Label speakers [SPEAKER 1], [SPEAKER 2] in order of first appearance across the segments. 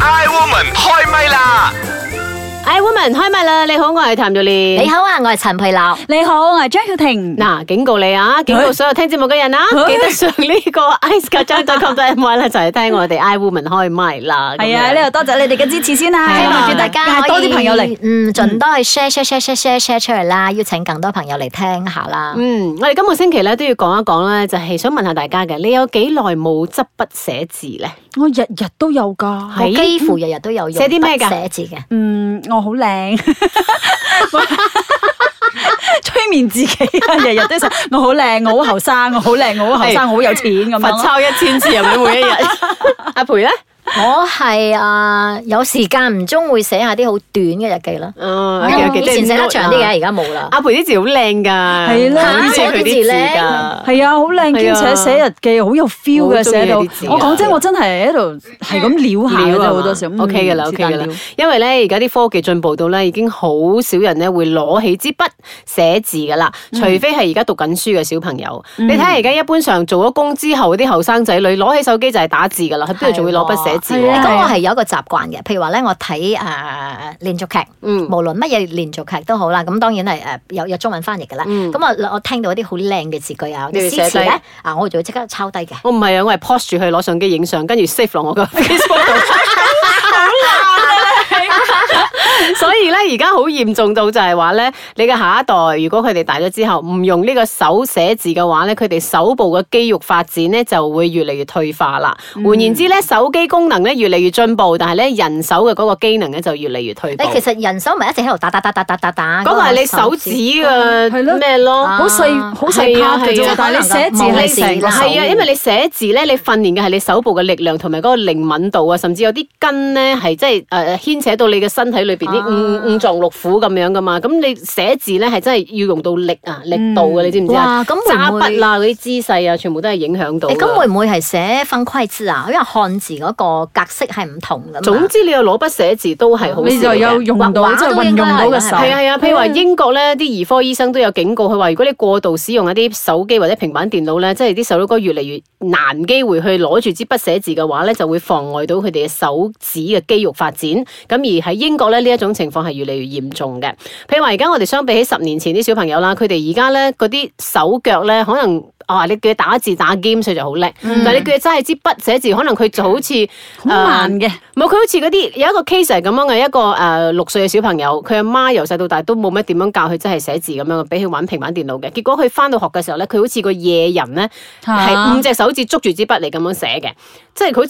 [SPEAKER 1] Iwoman 開唛啦！
[SPEAKER 2] 哎，woman 開唛啦！你好，我係譚玉蓮。
[SPEAKER 3] 你好啊，我係陳佩樂。
[SPEAKER 4] 你好，我係張曉婷。
[SPEAKER 2] 嗱，警告你啊，警告所有聽節目嘅人啊，
[SPEAKER 4] 哎
[SPEAKER 2] 記得上呢個 iceketchup.com.my 咧，就係聽我哋 I Woman 開麥啦。
[SPEAKER 4] 係啊，呢度多謝你哋嘅支持先啦，
[SPEAKER 2] 係
[SPEAKER 3] 希
[SPEAKER 2] 啊
[SPEAKER 3] 望
[SPEAKER 4] 希
[SPEAKER 3] 住大家
[SPEAKER 4] 望
[SPEAKER 3] 可以
[SPEAKER 4] 多啲朋友嚟。，
[SPEAKER 3] 嗯，盡多去 share share share share share share 出嚟啦，邀請更多朋友嚟聽下啦。
[SPEAKER 2] 嗯，我哋今個星期咧都要講一講咧，就係想問下大家嘅，你有幾耐冇執筆寫字咧？
[SPEAKER 4] 我日日都有噶
[SPEAKER 3] 我
[SPEAKER 2] 係
[SPEAKER 3] 幾乎日日都有用
[SPEAKER 2] 寫啲咩㗎
[SPEAKER 3] 筆寫字嘅，
[SPEAKER 4] 嗯，我好 靚。催眠自己啊！日日都想我好靚，我好後生，我好靚，我好後生，我好有錢咁
[SPEAKER 2] 罰
[SPEAKER 4] 樣。
[SPEAKER 2] 抄一千字係咪每一日？阿培咧？
[SPEAKER 3] 我係啊有時間唔中會寫下啲好短嘅日記啦。
[SPEAKER 2] 嗯
[SPEAKER 3] 以前寫得長啲嘅，。而家冇啦。
[SPEAKER 2] 阿培啲字好靚㗎，
[SPEAKER 4] 係啦
[SPEAKER 2] 好中意佢啲字㗎。
[SPEAKER 4] 係啊，好靚，
[SPEAKER 2] 係
[SPEAKER 4] 兼
[SPEAKER 2] 啊
[SPEAKER 4] 且寫日記好有 feel
[SPEAKER 2] 我好
[SPEAKER 4] 嘅
[SPEAKER 2] 中意
[SPEAKER 4] 寫到。
[SPEAKER 2] 呢啲字啊
[SPEAKER 4] 我講真，我真係喺度係咁撩下嘅
[SPEAKER 2] 料
[SPEAKER 4] 啫，
[SPEAKER 2] 啊
[SPEAKER 4] 好多時。嗯
[SPEAKER 2] O K 嘅啦，O
[SPEAKER 4] 是
[SPEAKER 2] K
[SPEAKER 4] 但
[SPEAKER 2] 嘅啦
[SPEAKER 4] 料。
[SPEAKER 2] 因為咧，而家啲科技進步到咧，已經好少人咧會攞起支筆寫字噶啦，除非係而家讀緊書嘅小朋友。你睇下而家一般上做咗工之後啲後生仔女攞起手機就係打字噶啦，佢邊度仲會攞筆寫字
[SPEAKER 4] 係啊
[SPEAKER 2] 喎？
[SPEAKER 3] 咁我係有一個習慣嘅，譬如話咧，我睇誒連續劇，
[SPEAKER 2] 嗯
[SPEAKER 3] 無論乜嘢連續劇都好啦，咁當然係誒有有中文翻譯嘅啦。
[SPEAKER 2] 嗯
[SPEAKER 3] 咁我我聽到一啲好靚嘅字句啊，
[SPEAKER 2] 你會
[SPEAKER 3] 啲
[SPEAKER 2] 寫
[SPEAKER 3] 詩詞
[SPEAKER 2] 低
[SPEAKER 3] 咧啊，我就會即刻抄低嘅。
[SPEAKER 2] 我唔係啊，我係 pause 住佢攞相機影相，跟住 save 落我個 Facebook 度。所以咧，而家好嚴重到就係話咧，你嘅下一代如果佢哋大咗之後唔用呢個手寫字嘅話咧，佢哋手部嘅肌肉發展咧就會越嚟越退化啦。換言之咧，手機功能咧越嚟越進步，但係咧人手嘅嗰個機能咧就越嚟越退步。
[SPEAKER 3] 你其實人手咪一直喺度打打打打打打打，
[SPEAKER 2] 嗰個係你手指
[SPEAKER 4] 係咯
[SPEAKER 2] 嘅咩咯？
[SPEAKER 4] 好細好細
[SPEAKER 2] 係啊
[SPEAKER 4] part 嘅
[SPEAKER 2] 係啊
[SPEAKER 4] 啫，但係你寫字
[SPEAKER 3] 望
[SPEAKER 4] 係
[SPEAKER 3] 你
[SPEAKER 4] 成個手
[SPEAKER 3] 手
[SPEAKER 2] 係啊，因為你寫字咧，你訓練嘅係你手部嘅力量同埋嗰個靈敏度啊，甚至有啲筋咧係即係誒牽扯到你嘅身體裏
[SPEAKER 3] 啊
[SPEAKER 2] 邊啲五五臟六腑咁樣噶嘛。咁你寫字咧係真係要用到力啊，力度嘅，你知唔知啊？
[SPEAKER 3] 哇咁會
[SPEAKER 2] 揸
[SPEAKER 3] 唔會
[SPEAKER 2] 筆啦，嗰啲姿勢啊，全部都係影響到㗎。
[SPEAKER 3] 誒咁會唔會係寫分規字啊？因為漢字嗰個格式係唔同㗎嘛。
[SPEAKER 2] 總之你又攞筆寫字都係好事嚟嘅。
[SPEAKER 4] 你就有用到
[SPEAKER 3] 畫畫
[SPEAKER 4] 即
[SPEAKER 3] 都
[SPEAKER 4] 係運用到嘅手。
[SPEAKER 2] 係啊係啊，譬如話英國咧，啲兒科醫生都有警告，佢話如果你過度使用一啲手機或者平板電腦咧，即係啲細佬哥越嚟越難機會去攞住支筆寫字嘅話咧，就會妨礙到佢哋嘅手指嘅肌肉發展。咁而喺英國咧，呢一種情況係越嚟越嚴重嘅。譬如話而家我哋相比起十年前啲小朋友啦，佢哋而家咧嗰啲手腳咧，可能啊你叫佢打字打 game 佢就好叻，但係你叫佢揸起支筆寫字，可能佢就好似
[SPEAKER 4] 好慢嘅。
[SPEAKER 2] 冇，佢好似嗰啲有一個 case 係咁樣嘅，一個誒六歲嘅小朋友，佢阿媽由細到大都冇乜點樣教佢真係寫字咁樣，俾佢玩平板電腦嘅。結果佢翻到學嘅時候咧，佢好似個野人咧，
[SPEAKER 4] 啊
[SPEAKER 2] 係五隻手指捉住支筆嚟咁樣寫嘅，即係佢
[SPEAKER 3] 啊
[SPEAKER 2] 好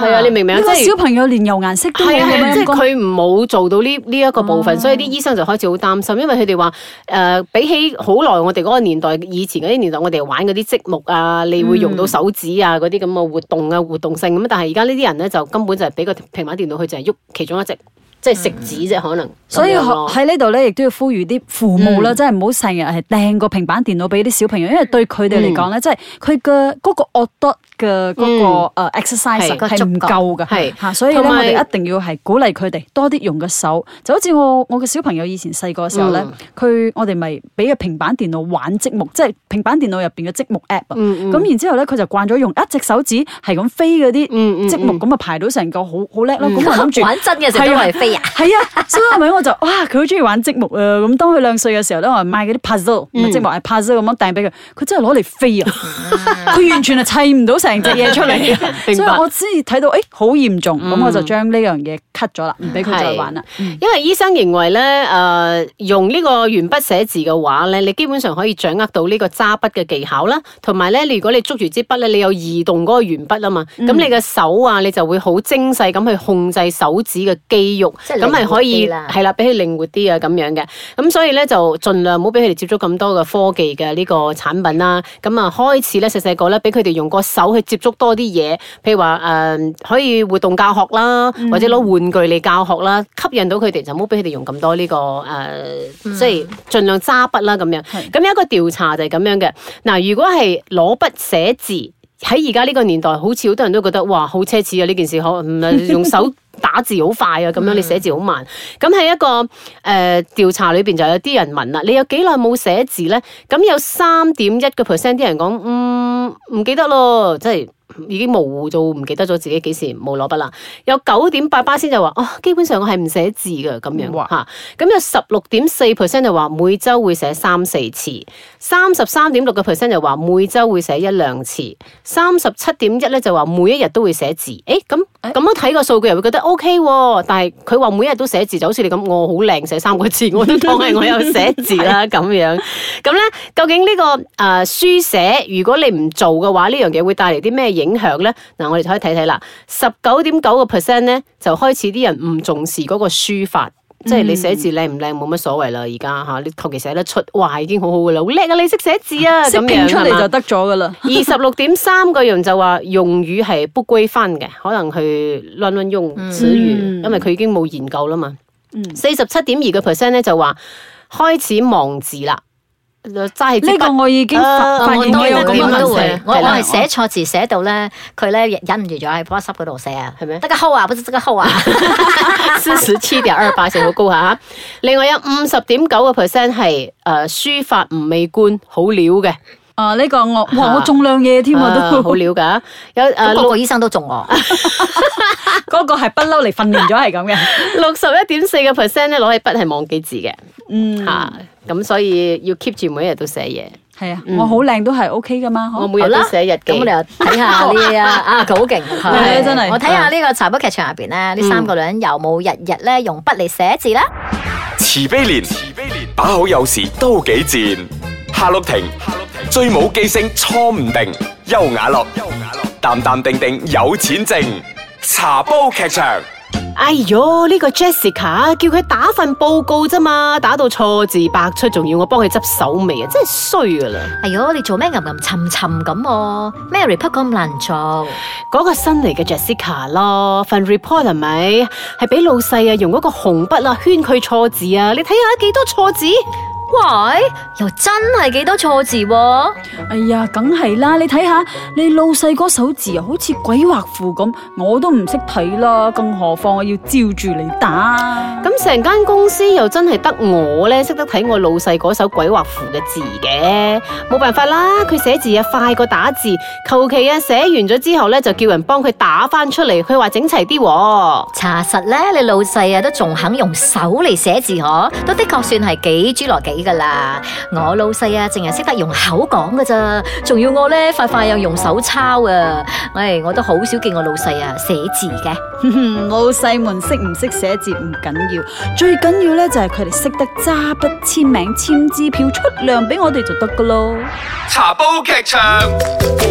[SPEAKER 2] 似係啊，你明唔明啊？
[SPEAKER 4] 呢
[SPEAKER 2] 即
[SPEAKER 4] 個
[SPEAKER 2] 係
[SPEAKER 4] 小朋友連油顏色都
[SPEAKER 2] 係
[SPEAKER 4] 冇
[SPEAKER 2] 啊係
[SPEAKER 4] 咁
[SPEAKER 2] 啊，
[SPEAKER 4] 樣
[SPEAKER 2] 即係
[SPEAKER 4] 講
[SPEAKER 2] 佢冇做到
[SPEAKER 4] 哦
[SPEAKER 2] 呢呢一個部分，所以啲醫生就開始好擔心，因為佢哋話誒比起好耐我哋嗰個年代，以前嗰啲年代我哋玩嗰啲積木啊，你會用到手指啊嗰啲咁嘅活動啊活動性咁，但係而家呢啲人咧就根本就係俾個平板電腦佢就係喐其中一隻，即係食指啫可能。
[SPEAKER 4] 嗯所以
[SPEAKER 2] 咁樣咯嗯
[SPEAKER 4] 喺呢度咧，亦都要呼籲啲父母啦，真係唔好成日係掟個平板電腦俾啲小朋友，因為對佢
[SPEAKER 2] 嗯
[SPEAKER 4] 哋嚟講咧，即係佢嘅嗰個 o d 嘅嗰個誒呃 exercise
[SPEAKER 2] 嗯
[SPEAKER 4] 啊
[SPEAKER 2] 係
[SPEAKER 3] 個
[SPEAKER 4] 係
[SPEAKER 3] 觸
[SPEAKER 4] 唔
[SPEAKER 3] 覺
[SPEAKER 4] 夠嘅，
[SPEAKER 2] 係
[SPEAKER 4] 嚇，所以咧
[SPEAKER 2] 同
[SPEAKER 4] 我
[SPEAKER 2] 埋
[SPEAKER 4] 哋一定要係鼓勵佢哋多啲用個手，就好似我我嘅小朋友以前細個嘅時候咧
[SPEAKER 2] 嗯，
[SPEAKER 4] 佢我哋咪俾個平板電腦玩積木，即係平板電腦入邊嘅積木 app 啊，
[SPEAKER 2] 嗯嗯
[SPEAKER 4] 咁然之後咧佢就慣咗用一隻手指係咁飛嗰
[SPEAKER 2] 嗯嗯
[SPEAKER 4] 啲積木，
[SPEAKER 2] 嗯
[SPEAKER 4] 咁啊排到成個好好叻咯，咁我諗住。
[SPEAKER 3] 玩真嘅時候都係飛啊！
[SPEAKER 4] 係啊，所以阿咪我就哇，佢好中意玩積木啊！咁當佢兩歲嘅時候咧，我係買嗰啲 puzzle，唔
[SPEAKER 2] 嗯
[SPEAKER 4] 係積木，係 puzzle 咁樣掟俾佢，佢真係攞嚟飛啊！佢完全係砌唔到成隻嘢出嚟 啊
[SPEAKER 2] 明白嗯
[SPEAKER 4] 所以我先至睇到，誒好嚴重，咁我就將呢樣嘢 cut 咗啦，唔俾佢再玩啦。
[SPEAKER 3] 嗯
[SPEAKER 2] 因為醫生認為咧，誒、呃用呢個鉛筆寫字嘅話咧，你基本上可以掌握到呢個揸筆嘅技巧啦，同埋咧，你如果你捉住支筆咧，你有移動嗰個鉛筆啊嘛，
[SPEAKER 3] 嗯
[SPEAKER 2] 咁、你嘅手啊，你就會好精細咁去控制手指嘅肌肉，
[SPEAKER 3] 即係
[SPEAKER 2] 咁係可以
[SPEAKER 3] 靈活啲啦
[SPEAKER 2] 係啦，俾佢靈活啲啊咁樣嘅，咁所以咧就盡量唔好俾佢哋接觸咁多嘅科技嘅呢個產品啦，咁啊開始咧細細個咧俾佢哋用個手去接觸多啲嘢，譬如話誒、可以活動教學啦，或者攞玩具嚟教學啦，吸引到佢哋就唔好俾佢哋用咁多呢、個誒、即係盡量揸筆啦咁樣。咁有一個調查就係咁樣嘅，嗱，如果係攞筆寫字。喺而家呢個年代，好似好多人都覺得哇，好奢侈啊！呢件事可唔係用手打字好快啊，咁樣你寫字好慢。咁喺一個誒、呃、調查裏邊就有啲人問啦，你有幾耐冇寫字咧？咁有三點一個 percent 啲人講，嗯，唔記得咯，即係已經模糊到唔記得咗自己幾時冇攞筆啦。有九點八巴先就話哦，基本上我係唔寫字嘅咁樣
[SPEAKER 4] 哇
[SPEAKER 2] 嚇。咁有十六點四 percent 就話每週會寫三四次，三十三點六嘅 percent 就話每週會寫一兩次，三十七點一咧就話每一日都會寫字。誒咁咁樣睇個數據又會覺得 O K 喎，但係佢話每一日都寫字就好似你咁，我好靚寫三個字，我都當係我有寫字啦咁樣。咁咧，究竟呢、個誒、呃、書寫，如果你唔做嘅話，呢樣嘢會帶嚟啲咩影響咧？嗱，我哋可以睇睇啦。十九點九個 percent 咧，就開始啲人唔重視嗰個書法。即係你寫字靚唔靚冇乜所謂啦，而家吓你求其寫得出，哇已經好好噶啦，好叻啊！你識寫字啊，
[SPEAKER 4] 識
[SPEAKER 2] 咁
[SPEAKER 4] 拼
[SPEAKER 2] 樣
[SPEAKER 4] 出
[SPEAKER 2] 係
[SPEAKER 4] 嚟
[SPEAKER 2] 嘛
[SPEAKER 4] 就得咗噶啦。
[SPEAKER 2] 二十六點三個人就話用語係不規範嘅，可能去亂亂用詞語，
[SPEAKER 4] 嗯
[SPEAKER 2] 因為佢已經冇研究啦嘛
[SPEAKER 4] 嗯。
[SPEAKER 2] 四十七點二個 percent 咧就話開始忘字啦，就齋係支筆
[SPEAKER 4] 呢 個我已經發
[SPEAKER 2] 啊
[SPEAKER 4] 發現
[SPEAKER 2] 我
[SPEAKER 4] 我有
[SPEAKER 2] 都
[SPEAKER 4] 咁
[SPEAKER 2] 有
[SPEAKER 4] 嘅
[SPEAKER 2] 咁
[SPEAKER 3] 都
[SPEAKER 2] 樣
[SPEAKER 4] 問題。
[SPEAKER 3] 會
[SPEAKER 2] 寫，
[SPEAKER 3] 我
[SPEAKER 2] 係
[SPEAKER 3] 我
[SPEAKER 2] 啦
[SPEAKER 3] 係寫錯字寫到咧，佢咧忍唔住咗喺 WhatsApp 嗰度寫啊，
[SPEAKER 2] 係咩
[SPEAKER 3] 得個號啊，不是得個號啊，
[SPEAKER 2] 四十七點二八成好高下。另外有五十點九個 percent 係誒書法唔美觀，好料嘅，
[SPEAKER 4] 啊，呢個我哇，
[SPEAKER 2] 啊
[SPEAKER 4] 我中兩嘢添啊，
[SPEAKER 2] 啊
[SPEAKER 4] 都
[SPEAKER 2] 好料㗎。有呃誒
[SPEAKER 3] 咁
[SPEAKER 2] 六
[SPEAKER 3] 個個醫生都中我，
[SPEAKER 4] 嗰個係不嬲嚟訓練咗係咁嘅。
[SPEAKER 2] 六十一點四個 percent 咧攞起筆係忘記字嘅
[SPEAKER 4] 嗯，
[SPEAKER 2] 嚇，咁所以要 keep 住每一日都寫嘢。
[SPEAKER 4] 係
[SPEAKER 2] 嗯
[SPEAKER 4] 啊，我好靚都係 OK 噶嘛。
[SPEAKER 2] 我
[SPEAKER 4] 嗬
[SPEAKER 2] 每日都寫日記
[SPEAKER 3] 咁我。哋又睇下呢啊，啊佢好勁，
[SPEAKER 4] 係
[SPEAKER 3] 佢
[SPEAKER 4] 真係
[SPEAKER 3] 我睇下呢個茶煲劇場入邊咧，呢三個女人有冇日日咧用筆嚟寫字咧？
[SPEAKER 1] 慈悲蓮，慈悲蓮，把好有時都幾賤。夏綠庭，夏綠庭，最冇記性錯唔定。優雅樂，優雅樂，淡淡定定有錢剩。茶煲劇場，
[SPEAKER 2] 哎喲，呢、個 Jessica 叫佢打份報告咋嘛，打到錯字百出，仲要我幫佢執手尾啊，真係衰噶啦！
[SPEAKER 3] 哎喲，你做咩吟吟沉沉咁喎？咩 report 咁難做？
[SPEAKER 2] 嗰、個新嚟嘅 Jessica 咯，份 report 係咪係俾老細啊用嗰個紅筆啊圈佢錯字啊？你睇下幾多錯字？
[SPEAKER 3] 喂，又真係幾多錯字喎？
[SPEAKER 4] 哎呀，梗係啦！你睇下你老細嗰手字啊，好似鬼畫符咁，我都唔識睇啦，更何況我要照住你打。
[SPEAKER 2] 咁成間公司又真係得我咧識得睇我老細嗰首鬼畫符嘅字嘅，冇辦法啦，佢寫字啊快過打字，求其啊寫完咗之後咧就叫人幫佢打翻出嚟，佢話整齊啲喎。
[SPEAKER 3] 查實咧，你老細啊都仲肯用手嚟寫字嗬，都的確算係幾侏羅紀噶啦。我老細啊，淨係識得用口講噶咋，仲要我咧快快又用手抄啊。唉，我都好少見我老細啊寫字嘅。
[SPEAKER 4] 老細們識唔識寫字唔緊要，最緊要咧就係佢哋識得揸筆簽名、簽支票、出糧俾我哋就得噶咯。
[SPEAKER 1] 茶煲劇場。
[SPEAKER 2] I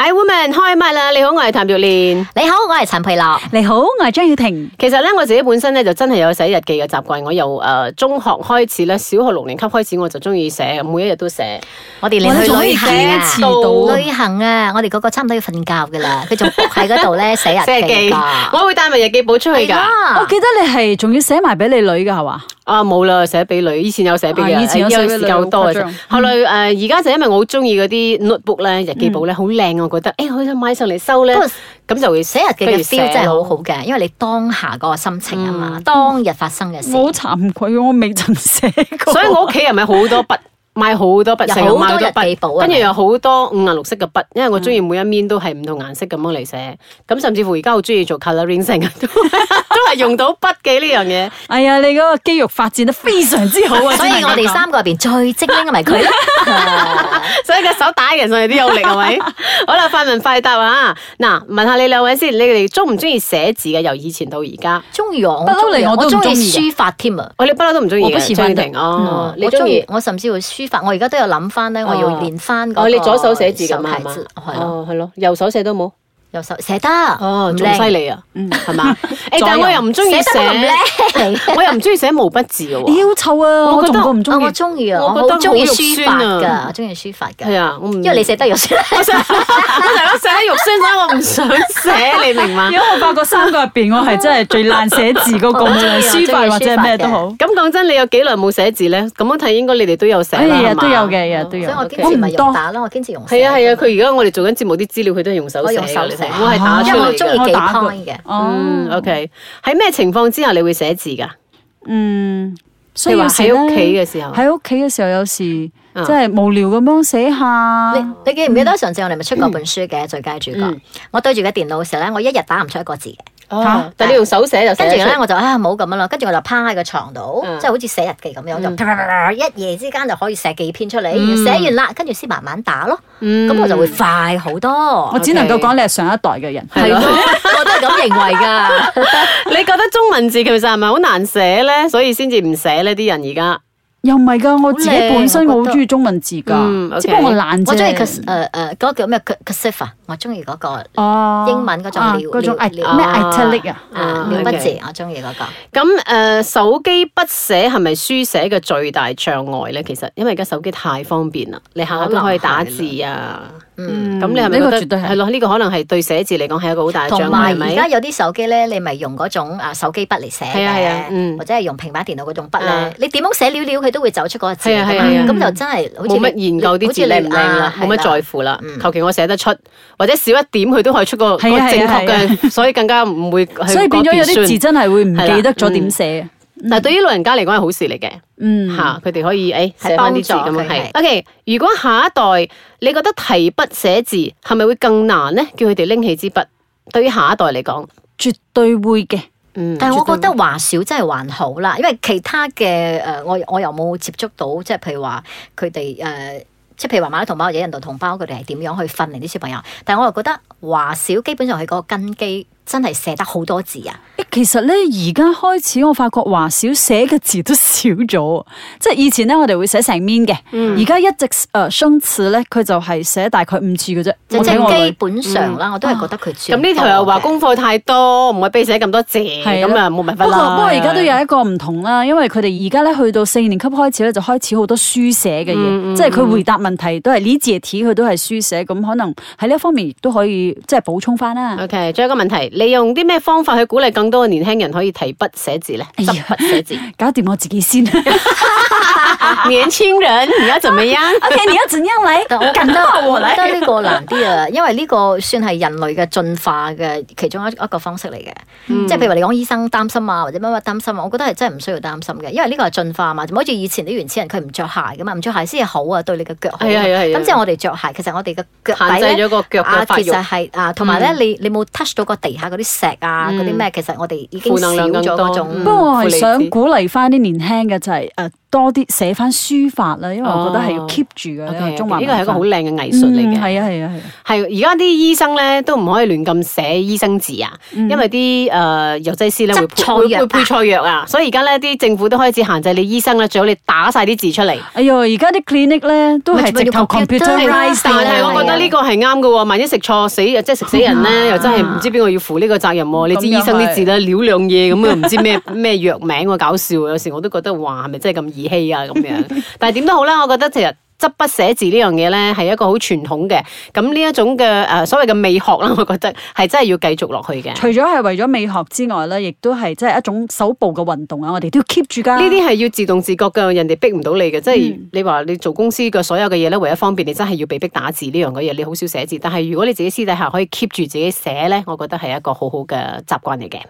[SPEAKER 2] 哎 woman 開麥啦！你好，我係譚玉蓮。
[SPEAKER 3] 你好，我係陳佩樂。
[SPEAKER 4] 你好，我係張耀婷。
[SPEAKER 2] 其實咧，我自己本身咧就真係有寫日記嘅習慣。我由誒、呃中學開始咧，小學六年級開始我就中意寫，每一日都寫。
[SPEAKER 3] 我哋連
[SPEAKER 4] 哇你
[SPEAKER 3] 去
[SPEAKER 4] 仲可
[SPEAKER 3] 旅
[SPEAKER 4] 以
[SPEAKER 3] 行啊，
[SPEAKER 4] 幾
[SPEAKER 2] 多次到啊
[SPEAKER 3] 旅行啊，我哋嗰個差唔多要瞓覺噶啦，佢仲 book 喺嗰度咧寫日
[SPEAKER 2] 寫日記
[SPEAKER 3] 記㗎，
[SPEAKER 2] 我會帶埋日啊記簿出去
[SPEAKER 3] 係啊
[SPEAKER 2] 㗎。
[SPEAKER 4] 我
[SPEAKER 3] 啦。
[SPEAKER 4] 記得你係仲要寫埋俾你女嘅係嘛？
[SPEAKER 2] 啊，冇啦，寫俾女，以前有寫俾
[SPEAKER 4] 啊
[SPEAKER 2] 嘅，
[SPEAKER 4] 以前有寫
[SPEAKER 2] 因
[SPEAKER 4] 俾
[SPEAKER 2] 為
[SPEAKER 4] 女
[SPEAKER 2] 時間好多嘅
[SPEAKER 4] 好誇
[SPEAKER 2] 啫
[SPEAKER 4] 張。
[SPEAKER 2] 後來誒，而家就因為我好中意嗰啲 notebook 咧，日記簿咧，好靚，我覺得，誒，好想買上嚟收咧
[SPEAKER 3] 不過，
[SPEAKER 2] 咁就會
[SPEAKER 3] 寫日記
[SPEAKER 2] 不
[SPEAKER 3] 嘅
[SPEAKER 2] 如
[SPEAKER 3] feel 真係好
[SPEAKER 2] 咯嗯
[SPEAKER 3] 好嘅，因為你當下嗰個心情啊嘛，當日發生嘅事。
[SPEAKER 4] 我好慚愧，我未曾寫過。
[SPEAKER 2] 所以我屋企人咪好多筆，買好多筆，
[SPEAKER 3] 有
[SPEAKER 2] 成日買
[SPEAKER 3] 好多
[SPEAKER 2] 多
[SPEAKER 3] 日記簿
[SPEAKER 2] 筆，
[SPEAKER 3] 啊
[SPEAKER 2] 跟住有好多五顏六色嘅筆，因為我中意每一面都係唔同顏色咁樣嚟寫。咁甚至乎而家好中意做 colouring 成日都 都係用到筆嘅呢樣嘢。
[SPEAKER 4] 哎呀，你嗰個肌肉發展得非常之好 啊！
[SPEAKER 3] 所以我哋三個入邊最精靈嘅咪 佢啊啦。
[SPEAKER 2] 所以個手打人上嚟都有力係咪？好啦，快問快答啊！嗱，問下你兩位先，你哋中唔中意寫字嘅？由以前到而家，
[SPEAKER 3] 中意我，
[SPEAKER 4] 不嬲
[SPEAKER 3] 中意
[SPEAKER 4] 嚟我都唔
[SPEAKER 3] 中
[SPEAKER 4] 中
[SPEAKER 3] 意
[SPEAKER 4] 意嘅
[SPEAKER 3] 書法添啊！
[SPEAKER 2] 我哋不嬲都唔中意
[SPEAKER 4] 我不
[SPEAKER 2] 嘅。
[SPEAKER 4] 是
[SPEAKER 2] 張
[SPEAKER 4] 反
[SPEAKER 2] 雨
[SPEAKER 4] 對
[SPEAKER 2] 婷哦，你
[SPEAKER 3] 嗯我
[SPEAKER 2] 中
[SPEAKER 3] 中
[SPEAKER 2] 意
[SPEAKER 3] 意，。我甚至會書法。我而家都有諗翻咧，我要練翻嗰
[SPEAKER 2] 哦，
[SPEAKER 3] 個
[SPEAKER 2] 你左手寫字㗎嘛
[SPEAKER 3] 手
[SPEAKER 2] 係
[SPEAKER 3] 體
[SPEAKER 2] 嘛
[SPEAKER 3] 字，？係啊咯，
[SPEAKER 2] 哦，係咯，右手寫都冇。
[SPEAKER 3] 右手寫得
[SPEAKER 2] 哦，
[SPEAKER 3] 唔
[SPEAKER 2] 仲犀
[SPEAKER 3] 靚，
[SPEAKER 2] 利啊，係嘛？誒，
[SPEAKER 4] 左
[SPEAKER 2] 但
[SPEAKER 4] 右
[SPEAKER 2] 我又唔中意
[SPEAKER 3] 寫得都唔
[SPEAKER 2] 寫，
[SPEAKER 3] 靚。
[SPEAKER 2] 我又唔中意寫毛筆字嘅喎。
[SPEAKER 4] 妖臭啊！
[SPEAKER 2] 我
[SPEAKER 4] 我
[SPEAKER 2] 覺得
[SPEAKER 4] 仲過唔
[SPEAKER 3] 啊
[SPEAKER 4] 中意
[SPEAKER 3] 我。中意啊，
[SPEAKER 2] 我
[SPEAKER 3] 我
[SPEAKER 2] 覺得
[SPEAKER 3] 好中意
[SPEAKER 2] 好肉
[SPEAKER 3] 書
[SPEAKER 2] 酸
[SPEAKER 3] 法
[SPEAKER 2] 啊
[SPEAKER 3] 㗎，我中意書法
[SPEAKER 2] 係
[SPEAKER 3] 㗎，
[SPEAKER 2] 啊，嗯我唔
[SPEAKER 3] 因為你寫得 肉酸。
[SPEAKER 2] 我想我成日寫肉酸，所以我唔想寫，你 明嘛
[SPEAKER 4] 因？為我發覺三個入邊，我係真係最懶寫字嗰個，無論書法或者係咩都好。
[SPEAKER 2] 咁講真，你有幾耐冇寫字咧？咁樣睇應該你哋都有寫
[SPEAKER 4] 哎
[SPEAKER 2] 啦，
[SPEAKER 4] 呀，
[SPEAKER 2] 係嘛
[SPEAKER 4] 都有。嘅，日日都
[SPEAKER 3] 所
[SPEAKER 4] 有
[SPEAKER 3] 以。我
[SPEAKER 2] OK
[SPEAKER 3] 堅持咪
[SPEAKER 4] 我唔多
[SPEAKER 3] 用打咯，我堅持用寫。
[SPEAKER 2] 係啊係啊，佢而家我哋做緊節目啲資料，佢都係用手
[SPEAKER 3] 我
[SPEAKER 2] 寫
[SPEAKER 3] 用
[SPEAKER 2] 嘅，
[SPEAKER 3] 手
[SPEAKER 2] 你
[SPEAKER 3] 寫啊
[SPEAKER 2] 睇我係打出
[SPEAKER 3] 因為
[SPEAKER 2] 嚟
[SPEAKER 3] 我中意
[SPEAKER 2] 嘅。
[SPEAKER 3] 記
[SPEAKER 4] 我打過
[SPEAKER 3] point 嘅
[SPEAKER 2] 嗯
[SPEAKER 4] 哦，
[SPEAKER 2] ，OK。喺咩情況之下你會寫字㗎？
[SPEAKER 4] 嗯，
[SPEAKER 2] 你
[SPEAKER 4] 需
[SPEAKER 2] 話
[SPEAKER 4] 要寫
[SPEAKER 2] 喺
[SPEAKER 4] 啦
[SPEAKER 2] 屋企嘅時候，
[SPEAKER 4] 喺屋企嘅時候有時。
[SPEAKER 2] 啊
[SPEAKER 4] 即係無聊咁樣寫下。
[SPEAKER 3] 你你記唔記得
[SPEAKER 2] 嗯
[SPEAKER 3] 上次我哋咪出過本書嘅最佳主角？我對住個電腦嘅時候咧，我一日打唔出一個字嘅。
[SPEAKER 2] 哦但係你用手寫就寫
[SPEAKER 3] 跟
[SPEAKER 2] 得
[SPEAKER 3] 住
[SPEAKER 2] 出
[SPEAKER 3] 咧我就啊冇咁樣啦，跟住我就趴喺個床度，
[SPEAKER 2] 嗯
[SPEAKER 3] 即係好似寫日記咁樣，就
[SPEAKER 2] 嗯
[SPEAKER 3] 啪啪啪啪一夜之間就可以寫幾篇出嚟，
[SPEAKER 4] 嗯
[SPEAKER 3] 寫完啦，跟住先慢慢打咯。
[SPEAKER 2] 嗯
[SPEAKER 3] 咁我就會快好多
[SPEAKER 4] 我。只能夠
[SPEAKER 2] OK
[SPEAKER 4] 講你係上一代嘅人。
[SPEAKER 2] 係咯
[SPEAKER 3] 咯，我都係咁認為㗎。
[SPEAKER 2] 你覺得中文字其實係咪好難寫咧？所以先至唔寫呢啲人而家。
[SPEAKER 4] 又唔係㗎，我自己
[SPEAKER 3] 好靚
[SPEAKER 4] 本身
[SPEAKER 3] 我覺
[SPEAKER 4] 我好
[SPEAKER 3] 得
[SPEAKER 4] 中意中文字
[SPEAKER 2] 嗯
[SPEAKER 4] 㗎，只不過我
[SPEAKER 2] OK
[SPEAKER 4] 懶啫。
[SPEAKER 3] 我中意 cas 誒誒嗰個叫咩 casif 啊，我中意嗰個
[SPEAKER 4] 哦，
[SPEAKER 3] 英文嗰種
[SPEAKER 4] 啊
[SPEAKER 3] 料
[SPEAKER 4] 嗰種
[SPEAKER 3] 料
[SPEAKER 4] i-
[SPEAKER 3] 料
[SPEAKER 4] 咩
[SPEAKER 2] 啊
[SPEAKER 4] italic 啊？
[SPEAKER 3] 啊
[SPEAKER 2] 啊
[SPEAKER 3] 秒筆字
[SPEAKER 2] OK，
[SPEAKER 3] 我中意嗰個。
[SPEAKER 2] 咁誒、呃手機筆寫係咪書寫嘅最大障礙咧？其實因為而家手機太方便啦，你下下都可以打字啊。
[SPEAKER 3] 嗯。
[SPEAKER 2] 咁你係咪
[SPEAKER 4] 呢
[SPEAKER 2] 覺
[SPEAKER 4] 個
[SPEAKER 2] 得
[SPEAKER 4] 絕對係
[SPEAKER 2] 係咯？呢個可能係對寫字嚟講係一個好大嘅障
[SPEAKER 3] 同
[SPEAKER 2] 礙，係
[SPEAKER 3] 埋而家
[SPEAKER 2] 咪？
[SPEAKER 3] 有啲手機咧，你咪用嗰種啊手機筆嚟寫
[SPEAKER 2] 係啊係啊嗯
[SPEAKER 3] 嘅，或者係用平板電腦嗰種筆
[SPEAKER 2] 啊
[SPEAKER 3] 咧，你點樣寫了了佢都會走出嗰個字
[SPEAKER 2] 係
[SPEAKER 3] 㗎
[SPEAKER 2] 啊
[SPEAKER 3] 嘛
[SPEAKER 2] 係啊係啊
[SPEAKER 3] 咁就真係好似
[SPEAKER 2] 冇乜
[SPEAKER 3] 你
[SPEAKER 2] 研究啲
[SPEAKER 3] 好
[SPEAKER 2] 字
[SPEAKER 3] 似你
[SPEAKER 2] 靚唔靚啦
[SPEAKER 3] 啊，
[SPEAKER 2] 冇
[SPEAKER 3] 係
[SPEAKER 2] 乜
[SPEAKER 3] 啦
[SPEAKER 2] 在乎啦。
[SPEAKER 3] 嗯
[SPEAKER 2] 求其我寫得出，或者少一點佢都可以出個個
[SPEAKER 4] 係
[SPEAKER 2] 正
[SPEAKER 4] 啊係啊
[SPEAKER 2] 確嘅， 所以更加唔會去
[SPEAKER 4] 所以變咗有
[SPEAKER 2] 嗰邊
[SPEAKER 4] 啲字
[SPEAKER 2] 酸
[SPEAKER 4] 真係會唔記得咗點寫。
[SPEAKER 2] 但係對於老人家嚟講係好事嚟嘅。
[SPEAKER 4] 嗯，
[SPEAKER 2] 吓，佢哋可以誒
[SPEAKER 3] 係
[SPEAKER 2] 寫翻啲字咁
[SPEAKER 3] 幫助
[SPEAKER 2] 樣
[SPEAKER 3] 佢
[SPEAKER 2] 係。
[SPEAKER 3] 係
[SPEAKER 2] OK，如果下一代你覺得提筆寫字係咪會更難咧？叫佢哋拎起支筆，對於下一代嚟講，
[SPEAKER 4] 絕對會嘅。
[SPEAKER 2] 嗯，
[SPEAKER 3] 但係我覺得話少真係還好啦，因為其他嘅誒、呃我我又冇接觸到，即係譬如話佢哋誒，即係譬如話馬來同胞或者印度同胞，佢哋係點樣去訓練啲小朋友？但係我又覺得話少，基本上佢嗰個根基真係寫得好多字啊！
[SPEAKER 4] 誒其實咧，而家開始我發覺華少寫嘅字都少咗，即係以前咧我哋會寫成面嘅，
[SPEAKER 2] 嗯
[SPEAKER 4] 而家、一直誒生詞咧，佢就係寫大概五次嘅啫。
[SPEAKER 3] 即
[SPEAKER 4] 我睇我
[SPEAKER 3] 係基
[SPEAKER 4] 女
[SPEAKER 3] 本上啦，我都係覺得佢
[SPEAKER 2] 嗯咁
[SPEAKER 3] 轉
[SPEAKER 2] 呢條又話功課太多，唔可以俾佢寫咁多字，
[SPEAKER 4] 係啊
[SPEAKER 2] 咁啊冇辦法
[SPEAKER 4] 不過
[SPEAKER 2] 啦。
[SPEAKER 4] 不過而家都有一個唔同啦，因為佢哋而家咧去到四年級開始咧就開始好多書寫嘅嘢，
[SPEAKER 2] 嗯
[SPEAKER 4] 即係佢回答問題都係呢字題，佢都係書寫，咁可能喺呢一方面亦都可以即係補充翻啦。
[SPEAKER 2] OK，仲有一個問題，你用啲咩方法去鼓勵更多嘅年輕人可以提筆寫字咧？
[SPEAKER 4] 哎
[SPEAKER 2] 執
[SPEAKER 4] 呀
[SPEAKER 2] 筆寫字，
[SPEAKER 4] 搞掂我自 己先。OK，
[SPEAKER 2] 年輕人而家怎 麼樣？
[SPEAKER 4] 你要怎樣嚟？
[SPEAKER 3] 但 我覺得我覺得呢個難啲啊，因為呢個算係人類嘅進化嘅其中一一個方式嚟嘅，
[SPEAKER 2] 嗯
[SPEAKER 3] 即係譬如話你講醫生擔心啊，或者乜乜擔心啊，我覺得係真係唔需要擔心嘅，因為呢個係進化嘛，就好似以前啲原始人佢唔着鞋噶嘛，唔着鞋先係好啊，對你嘅腳好。
[SPEAKER 2] 係啊係啊係啊
[SPEAKER 3] 咁即係我哋着鞋，其實我哋嘅腳底
[SPEAKER 2] 限制咗
[SPEAKER 3] 咧。
[SPEAKER 2] 個腳
[SPEAKER 3] 啊
[SPEAKER 2] 嘅，發
[SPEAKER 3] 其
[SPEAKER 2] 育，
[SPEAKER 3] 實係啊，同埋咧，你你冇 touch 到個地下嗰啲石啊，
[SPEAKER 2] 嗯
[SPEAKER 3] 嗰啲咩，其實我哋已經
[SPEAKER 2] 負
[SPEAKER 3] 少
[SPEAKER 2] 能量
[SPEAKER 3] 咗
[SPEAKER 2] 更多
[SPEAKER 3] 嗰種
[SPEAKER 2] 嗯
[SPEAKER 4] 不過我係
[SPEAKER 2] 負離
[SPEAKER 4] 想
[SPEAKER 2] 子
[SPEAKER 4] 鼓勵翻啲年輕嘅就係、誒、多啲寫翻書法啦，因為我覺得係要
[SPEAKER 2] 哦
[SPEAKER 4] keep 住嘅呢
[SPEAKER 2] OK，
[SPEAKER 4] 個中華
[SPEAKER 2] 呢個係一個好
[SPEAKER 4] 藝
[SPEAKER 2] 靚嘅藝術嚟
[SPEAKER 3] 嗯
[SPEAKER 2] 嘅。
[SPEAKER 4] 係啊係啊係啊，
[SPEAKER 2] 係而家啲醫生咧都唔可以亂咁寫醫生字啊，因為啲誒藥劑師咧會
[SPEAKER 3] 嗯執
[SPEAKER 2] 配
[SPEAKER 3] 錯
[SPEAKER 2] 會
[SPEAKER 3] 藥
[SPEAKER 2] 會配錯藥啊，所以而家咧啲政府都開始限制你醫生咧，最好你打晒啲字出嚟。
[SPEAKER 4] 哎呦，而家啲 clinic 咧都
[SPEAKER 3] 咪
[SPEAKER 4] 係直頭
[SPEAKER 3] 要
[SPEAKER 4] computerize
[SPEAKER 3] 啦
[SPEAKER 2] 但
[SPEAKER 3] 係
[SPEAKER 2] 係我覺得呢個係啱嘅喎，萬一食錯死，即係食死人咧，又真係唔知邊個要負呢個責任喎。你知醫生啲字咧，撩兩嘢咁啊，唔知咩咩藥名喎，搞笑啊！有時我都覺得哇，係咪真係咁兒戲啊咁樣？但係點都好啦，我覺得其實。執筆寫字呢樣嘢咧係一個好傳統嘅，咁呢一種嘅誒、呃所謂嘅美學啦，我覺得係真係要繼續落去嘅。
[SPEAKER 4] 除咗係為咗美學之外咧，亦都係即係一種手部嘅運動啊！我哋都要 keep 住㗎。
[SPEAKER 2] 呢啲係要自動自覺嘅，人哋逼唔到你嘅。即係你話你做公司嘅所有嘅嘢咧，唯一方便你真係要被逼打字呢樣嘅嘢，你好少寫字。但係如果你自己私底下可以 keep 住自己寫咧，我覺得係一個好好嘅習慣嚟嘅。